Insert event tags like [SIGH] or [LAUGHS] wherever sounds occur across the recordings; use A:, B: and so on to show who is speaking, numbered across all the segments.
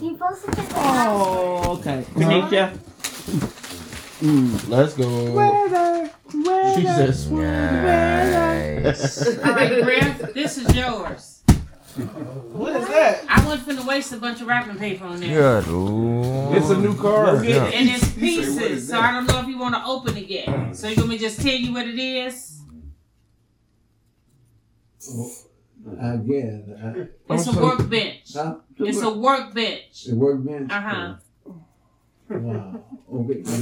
A: You posted it last.
B: Oh, okay.
C: Take ya.
D: Let's go. Jesus.
E: Nice.
F: All right, Griff, this is yours.
C: What is that?
F: I went finna waste a bunch of wrapping paper on there.
E: Good lord.
D: It's a new car.
E: Yeah.
F: And it's
C: You say, what is
F: pieces, so I don't know if you want to open it yet. So you want me to just tell you what it is?
G: Again, uh,
F: It's a
D: Okay.
F: workbench.
G: huh?
F: It's a workbench.
G: The workbench.
F: Uh huh.
G: Wow. Okay. You don't,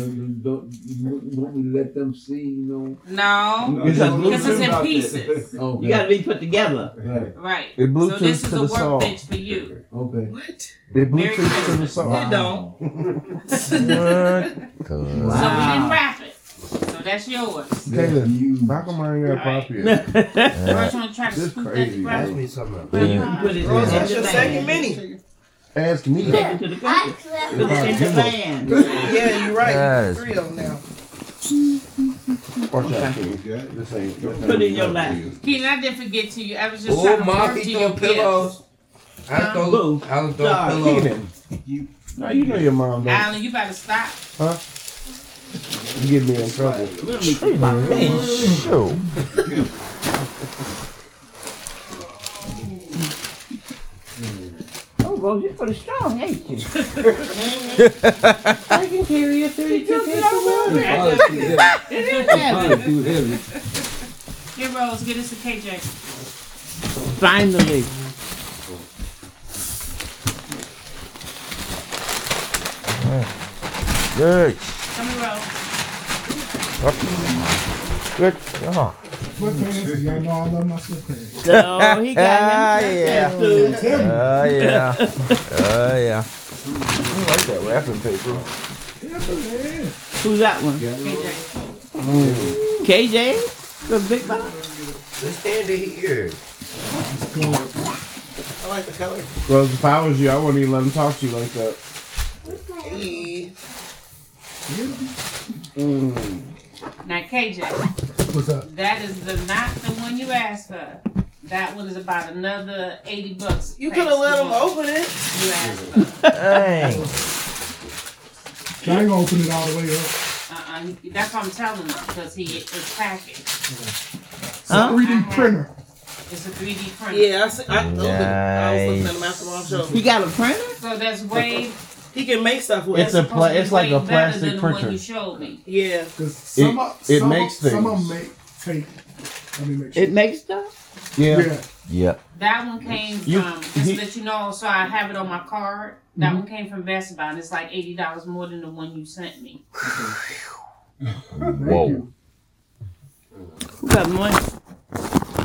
G: you don't you want me to let them see? You
F: No,
C: It's a
F: because it's
C: Bluetooth
F: in
C: out
F: pieces.
G: know. Okay.
C: You gotta be put
H: [LAUGHS]
C: together.
G: Right.
F: Right.
D: It
F: So this
D: Bluetooth
F: is
D: to
F: a
D: the song.
F: workbench for you.
G: Okay.
C: What?
D: They
F: Merry
D: Bluetooth to the
F: Christmas.
D: song.
C: It don't.
E: What? Good.
F: So we
C: Wow.
F: didn't wrap it. So that's yours.
D: Caleb,
G: You.
D: back on my ear,
F: Alright. [LAUGHS]
D: poppy.
F: First, you want to try to
D: This
F: scoop
D: crazy, man.
F: that
C: You
F: together?
C: can put it
D: Yeah.
C: in
D: That's
C: the
D: your
C: van.
B: second mini.
D: Ask me.
A: Yeah.
C: Take it to the
A: I
C: van.
A: [LAUGHS] clipped
C: Put it in the van.
B: Yeah, you're right.
E: Yes.
B: Three of them now.
D: Watch out, Caleb. This ain't.
C: Put it in your lap.
F: Keenan, I didn't forget to you. I was just
H: Oh,
F: trying to
H: my
F: work
H: feet
F: to
H: throwing
F: your
H: pillows.
F: pillows.
H: I was throwing, I was
C: Nah,
H: throwing
B: [LAUGHS]
H: pillows.
D: Keenan, you, now you know your mom don't
F: Alan, you better stop.
D: get me in trouble.
E: Man, shoot.
C: Oh, Rose, you're pretty strong, ain't you? I can carry a 32 pound
G: Probably too heavy.
F: Here, Rose, get us a KJ.
C: Finally.
E: Good.
F: Come here, Rose.
E: Good. Oh.
I: Y'all know I love my sweatpants.
C: So he [LAUGHS]
E: Ah,
C: got him.
E: yeah.
C: Dude.
E: Oh, [LAUGHS] yeah. Oh, yeah. I like that wrapping paper.
C: Who's that one?
F: KJ.
C: KJ? The big box?
H: Let's stand in here.
B: I like the color.
D: Rose, if I was you, I wouldn't even let him talk to you like that.
B: Hey.
F: Now, KJ,
I: What's up?
F: that is the not the one you asked for. That one is about another 80 bucks.
B: You could have let them
F: open.
B: open it.
F: You asked for.
E: Dang.
I: I ain't gonna open it all the way up.
F: Uh-uh. he- That's what I'm telling him because he is packaged.
I: It's a 3D printer.
F: It's a 3D printer.
B: Yeah, I, see, I opened it. I was looking at him after my show.
C: He got a printer?
F: So that's way.
B: He can make stuff with
D: It's
B: it.
D: a pla- it's like a
F: way better
D: plastic
F: than the one
D: printer.
F: You showed me.
B: Yeah.
I: 'Cause some of-
D: it
I: some
D: makes
I: of- Some of
D: things.
I: them make tape. Let me make sure.
C: It makes stuff?
D: Yeah.
I: yeah.
E: Yep.
F: That one came
D: You-
F: from, just
D: he-
F: to let you know, so I have it on my card. That one came from Best Buy, and it's like $80 more than the one you sent me.
I: Thank
E: Whoa.
I: you.
C: Who got money?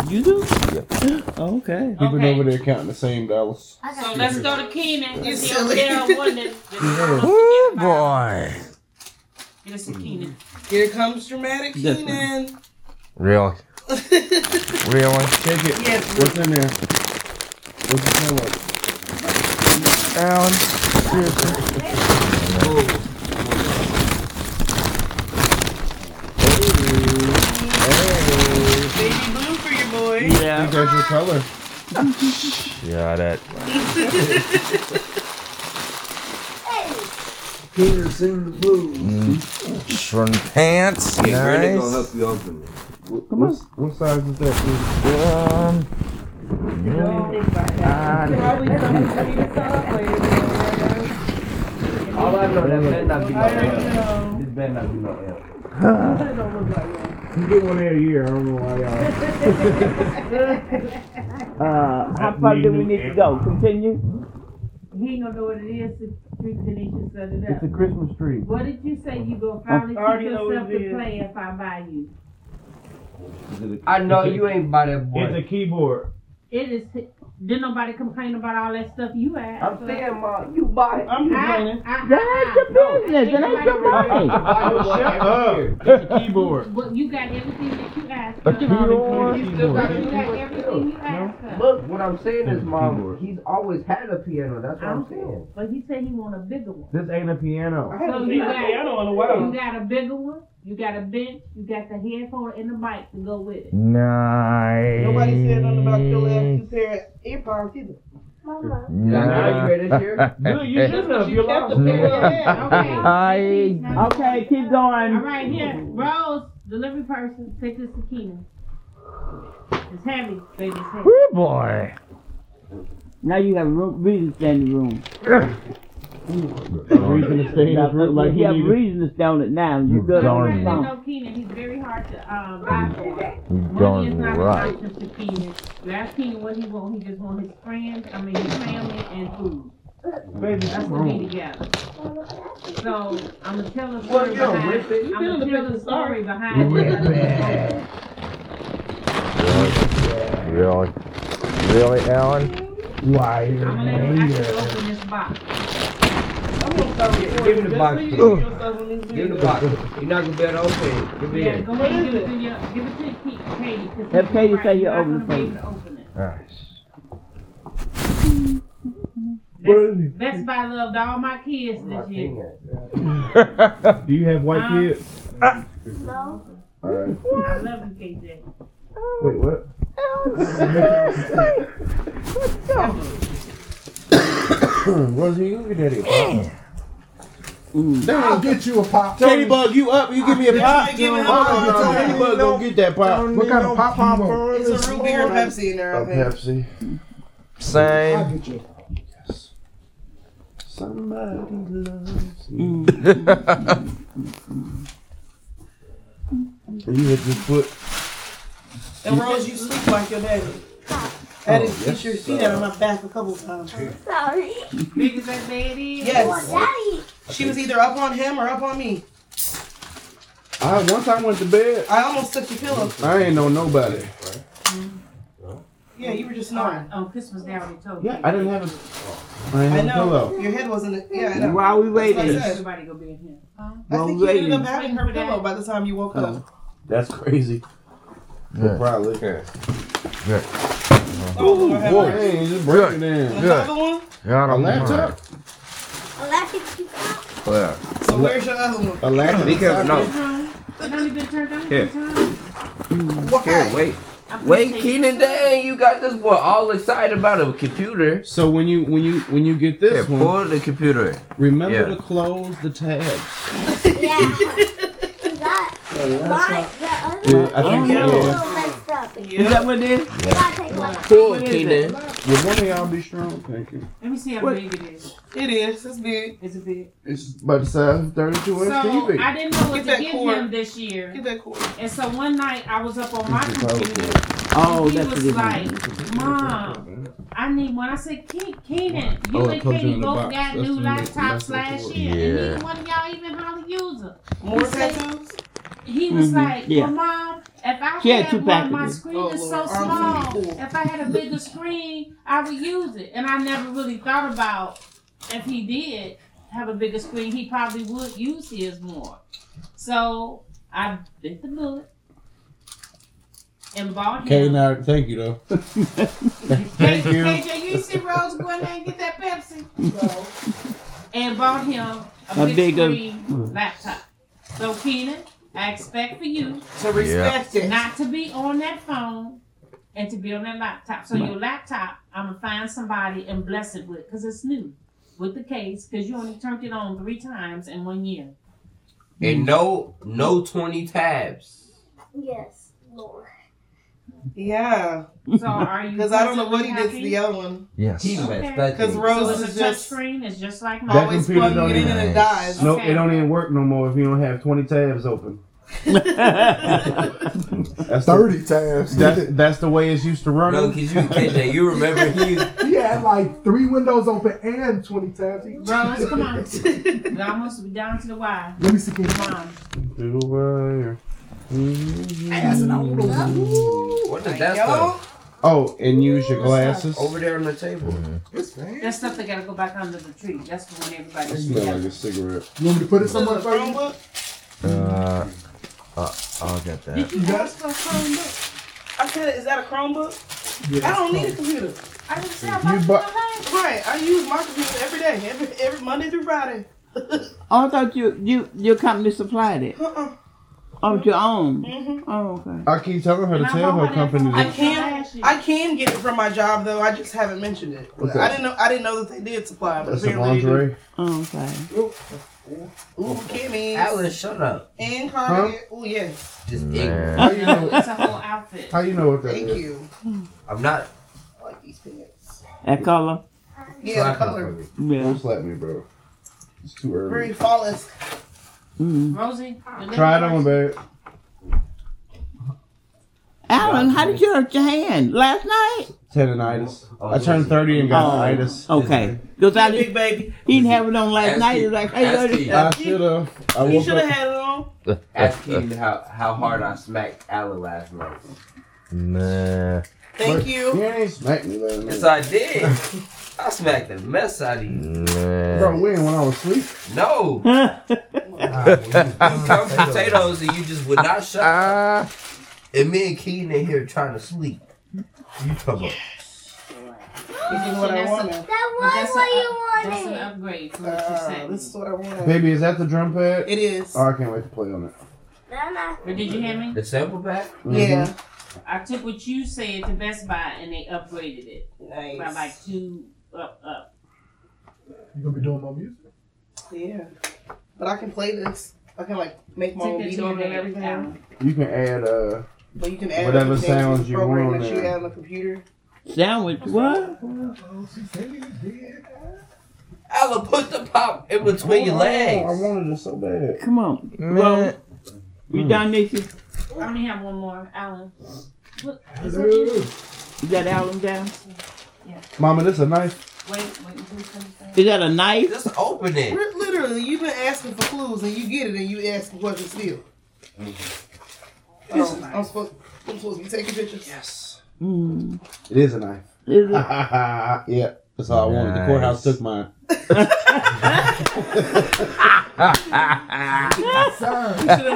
C: You do?
E: Yep.
C: [GASPS] Okay.
D: People
F: Okay.
D: over there counting the same dollars.
A: I
F: So
A: got
F: let's go to Keenan.
B: You
F: You see over
B: silly.
F: there, one that-
C: [LAUGHS]
F: that-
E: Woo, boy.
F: Get us a Keenan.
B: Here comes dramatic
C: Yes.
B: Keenan. [LAUGHS]
E: Really? Really?
D: Take it.
B: Yes.
D: What's in there? What's it smell like?
E: Down.
B: Baby blue for your boy.
D: I
C: Yeah.
D: think that's your color.
E: Yeah, that.
G: Penis in the blue.
E: Shrimp pants.
H: Hey, Brenda gonna
E: Nice.
H: help you open it.
D: Come on. What size is that?
E: Um,
C: All I know, that better not be
D: You get one every year. I don't know why y'all.
C: Uh, how far do we need to go? Continue?
F: He ain't gonna know what it is if you Tanisha set it
D: It's a Christmas tree.
F: What did you say you gonna finally teach yourself to play if I buy you?
H: I know you ain't by that
D: a keyboard.
F: It is, didn't nobody complain about all that stuff you asked. for.
H: Ma, you buy it.
C: I'm
F: I, I,
C: That ain't your business. It ain't your
D: Oh,
C: money.
D: Shut up. It's a keyboard.
F: But you got everything that you asked for.
D: A keyboard.
H: You still got a
F: You got everything
H: keyboard
F: you asked for.
H: Look, what I'm saying is, Mom, he's always had a piano. That's what I'm saying.
F: But he said he want a bigger one.
D: This ain't a piano.
F: So you got, you got a bigger one, you got a bench, you got the headphone and the mic to go with it.
E: nice.
B: Nobody said nothing about your last two pair of earpods either.
H: Now you ready this year?
E: Look,
D: you shouldn't have. You
B: kept
D: lost.
B: the
D: Mm-hmm.
B: pair.
D: [LAUGHS]
C: I, okay, keep
F: All
C: going.
F: right, here, Rose, delivery person, take this tequila. It's heavy, baby. It's heavy.
E: Woo boy.
C: Now you have room, reason to stay in the room.
D: Reason to stay in this room like he
C: you have
D: needed.
C: reason to stay on it now. You good?
E: Darn
F: Everybody
E: you.
F: know Keenan. He's very hard to uh, buy for.
E: You
F: Money is
E: darn
F: not
E: right.
F: an option for Keenan. You ask Keenan what he want. He just want his friends. I mean, his family and food.
D: Baby,
F: That's
D: come
F: what we
D: on.
E: Mm.
F: together. So I'm gonna tell the
B: Well,
F: story
B: yo,
F: behind.
B: Richard, you
F: I'm
B: been in
F: gonna
B: the
F: tell the
B: business,
F: story behind. it.
E: Really? Really, Alan?
F: I'm gonna let him actually open this box.
B: I'm gonna start recording.
H: Give him the
B: Just
H: box.
B: so you can get your stuff on these
H: Give him the
B: videos.
H: box. You're not gonna be able to open it. Give me
F: Yeah,
H: it.
F: go ahead and give it to your, give it to your Katie. Katie, 'cause
C: Have
F: he's
C: Katie
F: right,
C: say you
F: not
C: open
F: gonna be
C: it.
F: able to open it.
E: Nice.
D: Where is he?
F: Best Buy loved all my kids this year.
D: Do you have white
F: Uh,
D: kids?
F: I love you, KJ.
D: Wait, what? [COUGHS]
E: Rosie, you can get that.
I: I'll get you a pop.
E: Teddy Bug, you up? You give me a pop.
B: Give him-
E: Hold on,
B: hold on,
E: Teddy Bug, go get that pop.
I: What kind of pop pop for
B: It's a root beer and Pepsi in there, I think.
E: Pepsi.
I: I'll
E: Same.
I: get you.
E: Somebody loves you.
C: Mm.
E: You hit your foot.
B: And Rose, you sleep like your daddy.
H: Oh,
B: I didn't get your feet out of my back a couple times.
A: Sorry.
F: Big as that daddy is.
B: Yes.
A: Daddy.
B: She was either up on him or up on me.
E: I once I went to bed,
B: I almost took your pillow.
E: I ain't know nobody.
B: Yeah, you were just snoring.
F: On, on Christmas Day, I already told
E: Yeah,
F: you.
E: I didn't have a, I didn't
B: I
E: have a
B: know.
E: pillow.
B: Your head wasn't. Yeah, I know.
C: While we waiting,
B: That's what
F: Everybody gonna be in here.
B: I
C: While
B: think
C: we
B: you ended up
C: waiting,
B: having her pillow by the time you woke up.
E: That's crazy.
G: Yeah.
E: Probably.
B: Oh, Lord, have
E: Boy,
B: mercy.
E: hey, just break it in.
B: Another one?
G: Yeah, I
E: A
G: don't
E: laptop?
A: Electric.
G: Yeah.
B: So where's your other one?
E: A laptop?
H: Be careful, no.
F: It only been turned on
H: Here.
F: two times.
H: Here, wait.
F: I'm
H: Wait,
F: gonna say-
H: Keenan, dang, you got this boy all excited about a computer.
E: So when you when you when you get
H: Here,
E: this one,
H: pull the computer in.
E: remember
H: Yeah.
E: to close the tabs.
A: Yeah. that, why, the other
E: Yeah,
A: one
E: I think
C: yeah.
A: is a
E: so.
A: little messed up. You
C: is that what it is?
A: gotta take one.
H: Pull,
C: What is
H: Keenan.
E: Would one of y'all be strong? Thank you.
F: Let me see how
C: What?
F: big it is.
B: It is. It's big.
F: Is it big?
E: It's about the size of 32
F: So
E: inch TV.
F: I didn't know what
B: Get that
F: to give
B: cord.
F: him this year.
B: Get that cord.
F: And so one night I was up on my
E: This is how
F: computer.
C: Oh,
F: he
C: that's what
F: was
C: it is.
F: like, Mom, I need one. I said, Ke- Keenan, you
E: Oh, it
F: and
E: comes in
F: Katie
E: the
F: both
E: box.
F: got
E: That's
F: new
E: the new- that's
F: laptops
E: the
F: last
E: cord.
F: year, and
H: Yeah.
F: neither one of y'all even hardly use them.
B: More
F: He said-
B: tattoos?
F: He was
C: Mhm.
F: like,
C: Yeah.
F: Well, Mom, if I
C: She had
F: had
C: two
F: one, my
C: packages.
F: screen
B: Oh,
F: is so
B: Lord. I'm
F: small.
B: really cool.
F: If I had a
E: [LAUGHS]
F: bigger screen, I would use it. And I never really thought about if he did have a bigger screen, he probably would use his more. So I bit the bullet and bought him.
E: Okay, now, thank you though.
F: Thank
E: Thank you.
F: KJ, you see Rose go in there and get that Pepsi. And bought him a,
C: A
F: big
C: bigger-
F: screen laptop. So Keenan, I expect for you
B: To respect it.
F: not to be on that phone and to be on that laptop. So your laptop, I'm gonna find somebody and bless it with, cause it's new, with the case, cause you only turned it on three times in one year.
H: And no, no 20 tabs.
A: Yes, Lord.
B: Yeah.
F: So are you?
B: Because I don't know what he did to
F: presently
B: the
F: happy?
B: other one.
E: Yes.
H: He messed that
B: Because
H: thing.
B: Rose
F: So
B: is
F: it's a touch
B: just
F: screen. It's just like mine.
E: That
B: always
E: computer
B: plugging
E: don't
B: it in
E: even-
B: and it dies.
E: Nope,
F: Okay.
E: it don't even work no more if you don't have 20 tabs [LAUGHS] open. That's the,
I: 30 times.
E: that's, that's the way it's used to run.
H: No, because you, KJ, you remember
B: [LAUGHS]
H: he
I: He had like three windows open and 20 tabs. He-
F: Rose, come
B: [LAUGHS]
F: on. We almost down to the wire.
I: Let me see. Can
F: Come on.
E: Through the wire.
I: ass and I want to.
H: What is
B: Like,
H: that
B: yo,
H: stuff?
E: Oh, and use your glasses.
H: Over there on the table.
E: Mm,
I: It's fancy.
F: That stuff that gotta go back under the tree. That's the one
E: It
F: everybody.
E: smells like a cigarette.
I: You want me to put it
B: this is a
I: somewhere for you?
B: Chromebook.
E: Uh, uh, I'll get that.
B: You asked for a Chromebook. I said, is that a Chromebook? I don't need a computer.
F: I didn't say I
E: You
F: bought
E: bought-
F: it.
B: Right. I use my computer every day, every, every Monday through Friday.
C: Oh, I thought you you your company supplied it.
B: Uh-uh.
C: Oh, it's your own.
B: hmm
C: Oh, okay.
E: I keep telling her to
F: And I
E: tell
F: bought
E: her
F: my
E: company.
B: I
E: that-
F: laptop
B: can
F: last year.
E: [LAUGHS]
B: I can get it from my job though. I just haven't mentioned it.
E: Okay.
B: I didn't know I didn't know that they did supply, but
E: That's a
B: apparently they do.
E: lingerie.
C: Oh, okay.
B: Ooh, Kimmy's
H: Alice, shut up.
B: and Cardi. Ooh, yeah.
H: Just ignorant.
E: Man.
F: You know, it's a whole outfit.
E: How you know what that
B: Thank
E: is?
B: you.
H: I'm not.
B: I like these pants.
C: That color?
B: Yeah, the
H: Black
B: color.
H: company.
C: Yeah.
E: Don't slap me, bro. It's too
B: Very
E: early.
B: flawless.
C: Mm.
F: Rosie, the
E: Try it
F: lip
E: on,
F: gloss.
E: babe.
C: Alan, how did you hurt your hand last night?
E: Tendonitis.
H: Oh,
E: I turned
H: listen.
E: 30 and got
C: Oh.
E: itis.
C: Okay. Because I
B: Big
C: didn't,
B: baby.
C: he didn't have it on last
H: Ask
C: night. He
H: him.
C: was like, hey,
H: Ask
C: yo,
H: him.
C: this-
E: I should have. I
B: You
E: woke
B: should have
E: up.
B: had it on.
H: Ask him how, how hard I smacked Alan last night.
E: Nah.
B: Thank
E: But-
B: you.
E: You ain't smack me last
H: Yes,
E: night. [LAUGHS]
H: I did. I smacked the mess out of you.
E: Bro, Nah. when? When I was asleep?
H: No. [LAUGHS] You come potatoes and you just would not shut up.
E: Ah.
H: [LAUGHS] And me and Keen in here trying to sleep. You talking about
B: This is what I
F: That's a-
B: wanted.
A: That
F: But
A: was
F: that's
A: what
F: a-
A: you
F: That's an
A: wanted.
F: upgrade from what you
B: Uh,
F: said.
B: this is what I wanted.
E: Baby, is that the drum pad?
B: It is.
E: Oh, I can't wait to play on it.
A: Then I
F: But did you hear me?
H: the sample back?
B: Yeah.
F: I took what you said to Best Buy and they upgraded it by
B: Nice.
F: like two up up.
I: You gonna be doing my music?
B: Yeah. But I can play this. I can like make my
F: Take
B: own
F: that to
B: beat
F: your
B: on it and
F: dad,
B: everything.
F: Alan.
E: You can add uh
B: But you can add
E: Whatever
B: other things to the
E: sounds you
B: program
E: want
B: that you
E: there.
B: have on the computer.
C: [LAUGHS] sandwich, what?
I: Oh, she said you did.
H: Alan, put the pop in between your
E: oh,
H: legs.
E: I wanted it so bad.
C: Come on. Bro,
E: Mm.
C: you done, Nikki?
F: I only have one more. Alan. What, is that you?
I: Hello.
C: Is that Alan down?
E: Mama, this a knife.
F: Wait, wait until you finish that.
C: Is that a knife?
H: Just open it.
E: [LAUGHS]
B: Ri- Literally, you've been asking for clues and you get it and you ask what to steal.
F: Mm-hmm.
B: Oh, I'm supposed I'm supposed to be taking pictures.
E: Yes.
C: Mm.
E: It is a knife.
C: Is it?
E: [LAUGHS] yeah, that's all I wanted. The courthouse took
B: [LAUGHS]
E: mine.
B: You should have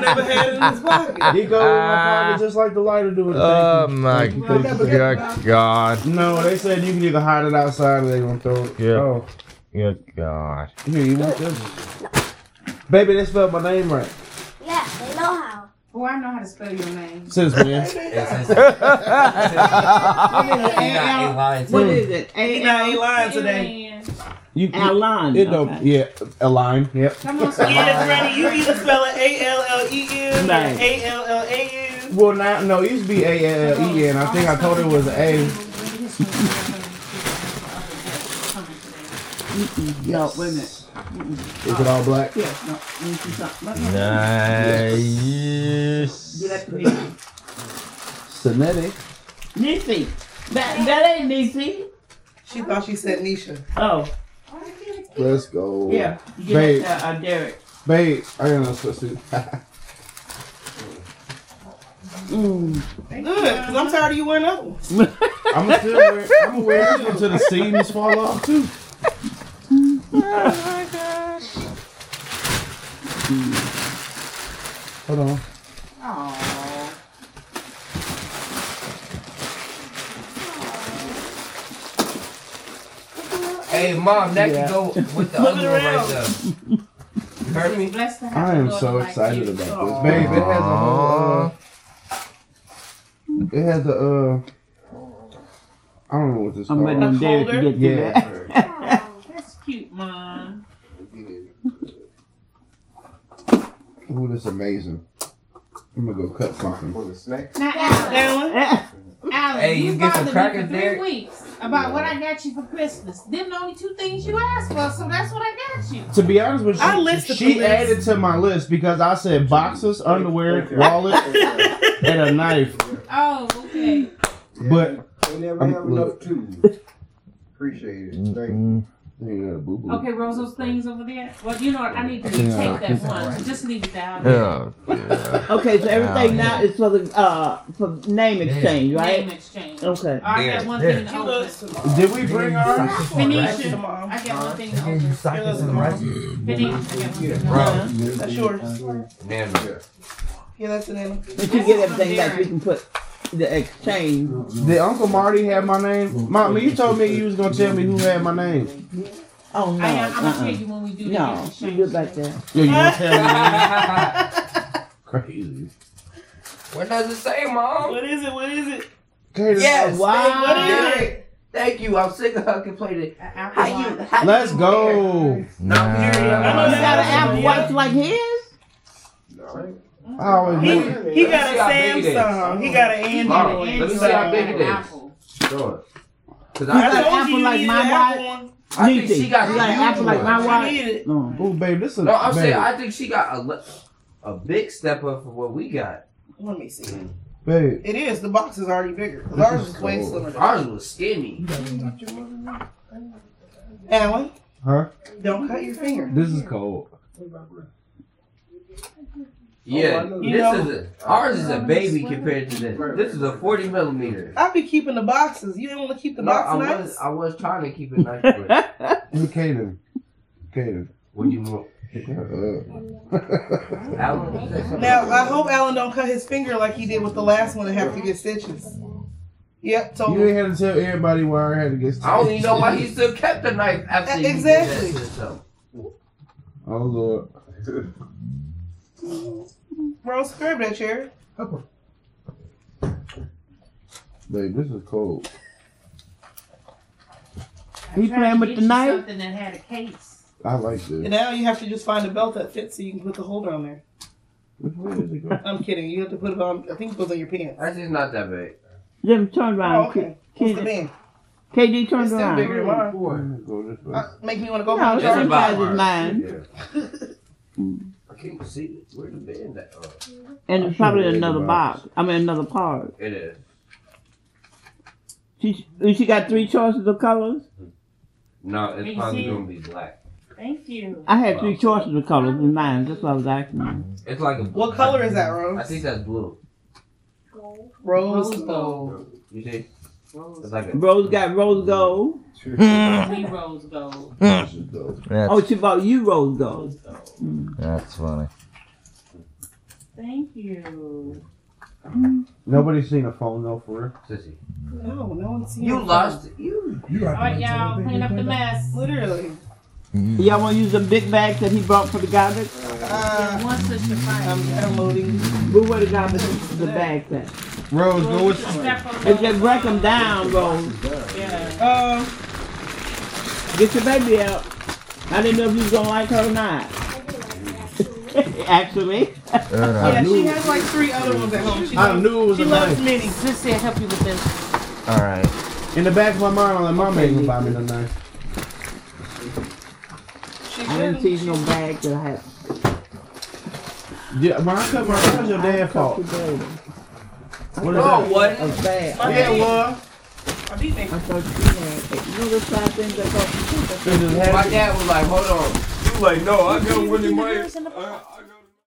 B: never had it in this pocket.
E: It go in my pocket just like the lighter do. it.
J: Ah. Oh
E: Thank you.
J: my
E: [LAUGHS] Thank you, thank you, thank you.
J: good god.
E: No, they said you can either hide it outside or they gonna throw it.
J: Yeah.
E: Oh,
J: Good god.
E: here you want this? Baby, they spelled my name right.
A: yeah, they know how.
F: Oh, I know how to spell your name.
E: Since when?
H: It's- it's- [LAUGHS] He not in line
C: What
H: today.
C: is it?
B: [LAUGHS] He not ain't lying today.
F: Amen.
E: You, you
C: Alan.
E: it don't.
C: okay.
E: Yeah, a line. Yep.
F: Come on,
B: Yeah,
F: somebody.
B: Granny, you either spell it A L L E N or
C: Nice.
B: A L L A N.
E: Well, now no, it used to be A L E N. I think I told her it was an A.
C: No, wait a minute.
E: Is it all black?
C: Yeah, no. let me see something. Let me-
J: Nice.
C: Give that to me.
E: Semitic.
C: Nisi. That, that ain't Nisi.
B: She thought she said Nisha.
C: Oh,
E: Let's go.
C: yeah. Give
E: Babe.
C: that to uh, Derek.
E: Babe, I got no [LAUGHS] sweatsuit.
C: Mm.
B: Good, because I'm tired of you wearing other ones.
E: I'm gonna still wear. I'm gonna wear this until the seams fall off too.
C: Oh
E: Hold on.
F: Aw.
H: Hey, mom, that
E: Yeah.
H: can go with the other one right there. You heard me?
F: Blessed to have
E: I
F: a
E: am
F: daughter
E: so
F: like
E: excited
F: you.
E: about this, babe. It has a whole. Uh, it has a. Uh, I don't know what this is
C: I'm
E: called.
C: waiting on
E: [LAUGHS]
C: Derek to
B: holder?
C: get to that.
A: Aw.
F: That's cute, mom.
E: Ooh, this is amazing. I'm gonna go cut something.
F: Now, Alan,
B: That
C: [LAUGHS]
B: one?
F: Alan
H: Hey,
F: you,
H: you get some
F: bothered
H: crackers,
F: me for three
H: Derek?
F: weeks about what I got you for Christmas. Them the only two things you asked for, so that's what I got you.
E: To be honest with you,
B: I listed
E: she
B: the list.
E: added to my list because I said boxes, underwear, [LAUGHS] wallet, and a knife.
F: Oh, okay.
E: But
D: We never
E: I'm-
D: have enough
E: look.
D: tools. Appreciate it. Thank you.
J: Mm,
F: Okay, roll those things over there. Well, you know what? I need to
E: Yeah, I
F: take
E: can-
F: that one. Just leave it down.
J: Oh, yeah.
C: Okay, so everything
J: Oh,
C: now is for the uh for name exchange,
F: Name
C: right?
F: exchange.
C: Okay.
F: I
H: There,
F: got one
H: there.
F: thing to
B: She
F: open.
B: loves tomorrow.
E: did we bring [LAUGHS] our?
F: Finish it.
B: Tomorrow.
F: I got one thing to
H: Again, you
F: open.
H: sock
B: Feel
H: this
B: us
H: in the
B: tomorrow.
H: rice.
F: Finish. I got one thing to
H: Bro.
F: open.
B: That's yours.
H: Damn.
B: Yeah, that's the name.
C: But you get everything back, we can put the exchange.
E: Did Uncle Marty have my name? Mama, you told me you was gonna tell me who had my name.
C: Oh no.
F: I am, I'm gonna tell
C: Uh-uh.
F: you when we do the
C: No,
F: exchange.
C: you good like that.
E: Yeah, you gonna tell me?
H: Damn.
E: [LAUGHS] crazy.
H: [LAUGHS] What [LAUGHS] does it say, Mom?
B: What is it? What is it?
H: Yes.
B: What
H: thank you.
B: is
H: Yeah.
B: it?
H: Thank you. I'm sick of her complaining.
F: Apple
H: How you?
F: Watch.
H: How
J: Let's
H: you
J: go.
H: No, I'm serious.
B: I know you got an
H: Yeah.
B: Apple Watch like his.
E: I always
B: He,
E: look-
B: he got a
H: Let's see how big it is.
B: Samsung. He got an
H: Mom,
B: Android.
H: let me see how big it is.
F: Apple.
H: Show it. 'Cause
B: I
H: I,
B: told
H: think,
B: you
C: Apple
B: you
C: like
B: needed
C: my
B: an Apple one.
H: I think she got
C: You got an
H: huge
C: Apple like
H: one.
C: my wife?
B: She needed it.
C: No.
E: Ooh, babe, this is
H: No, I'm
E: babe,
H: saying I think she got a le- a big step up from what we got.
B: Let me see.
E: babe.
B: It is. The box is already bigger. 'Cause
E: This
B: Ours
E: is
B: is way
E: cool.
B: slimmer. than-
H: Ours was skinny.
B: Alan,
E: Huh?
B: don't cut your finger.
E: This is cold.
H: Yeah,
B: know.
H: Oh, this
B: You know-
H: is a, ours is a baby compared to this. This is a 40 millimeter.
B: I be keeping the boxes. You didn't want to keep the
H: No, I
B: box
H: was
B: nice.
H: I was trying to keep it nice,
B: [LAUGHS]
H: but
C: [LAUGHS]
E: Hey, Kaden.
H: [LAUGHS]
E: Kaden.
H: what do you want?
E: Uh,
H: Alan, you said something?
B: Now I hope Alan don't cut his finger like he did with the last one and have to get stitches. Yep,
E: you
B: totally.
E: ain't had to tell everybody why I had to get stitches.
H: I don't even know why he still kept the knife after he did that
B: Exactly.
H: to himself.
E: Oh, Lord.
B: Bro, scrub that chair.
E: Babe, this is cold.
F: I
C: You
F: tried
C: playing
F: to
C: with
F: get
C: the
F: you
C: knife?
F: Something that had a case.
E: I like
B: And
E: this.
B: now you have to just find a belt that fits so you can put the holder on there.
E: Which way does it go?
B: I'm kidding. You have to put it on. I think it goes on your pants.
H: That's just not that big.
C: Jim, turn around.
B: Oh, okay. What's the
C: K-
B: band?
C: KD, turn
B: It's still
C: around.
B: bigger than mine.
E: I'm gonna go this way.
B: Uh, Make me want to go.
C: No,
B: for
C: it's
B: the
H: That's
B: jar.
C: in
H: about
C: size is
H: right.
C: mine.
H: Yeah. I can't see where the band at. Oh,
C: And it's probably
E: should've read the
C: another
E: box.
C: box. I mean, another part.
H: it is.
C: She, she got three choices of colors.
H: No,
F: Can
H: it's
F: you
H: probably
F: see it?
H: gonna be black.
F: Thank you.
C: I had three
H: Wow.
C: choices of colors in mine. That's what I was asking. you.
H: It's like a.
B: [LAUGHS] What color is that, Rose?
H: I think that's blue.
B: Rose
F: Rose
B: gold.
F: gold.
H: You see, it's
F: Rose.
H: like a.
C: Rose got rose gold.
F: We rose gold.
E: This is [LAUGHS] dope.
C: Oh,
J: That's,
C: she bought you rose gold.
F: Rose gold.
J: that's funny.
F: Thank you.
E: Nobody's seen a phone though for real.
H: Sissy.
B: No, no one's seen
H: You
B: it.
H: lost. You.
I: You
F: All right, y'all, clean up the mess.
B: Literally.
C: Y'all want to use the big bags that he brought for the garbage?
B: Uh,
F: One sister
B: I'm
F: fight.
B: downloading.
H: Uh,
C: But where the garbage, the bags at?
E: Rose, go with
C: And Um, just break them down, Rose.
F: Yeah.
B: Um,
C: Get your baby out. I didn't know if you was gonna like her or not. [LAUGHS] Actually,
B: yeah,
J: Alright,
B: she has like three other ones at home. She
E: I
B: loves,
E: knew it was
B: she
E: a
B: loves
E: knife.
B: many.
F: Sissy, I'll help you with this.
J: alright.
E: In the back of my mind, I'm like, mama ain't gonna buy me no knife.
B: She
C: I didn't
B: shouldn't.
C: see no bag that I had.
E: Yeah, when I cut my hair, it was your dad's fault.
C: Today.
E: What is
H: No,
E: that?
H: it wasn't.
C: A bag.
B: My
E: Yeah,
B: yeah,
E: it was.
B: I do think.
C: I thought you had. You know the five things that cost you.
E: It just had
H: My
E: to-
H: dad was like, hold on. You like, no, I got Willie Mike. I- I got-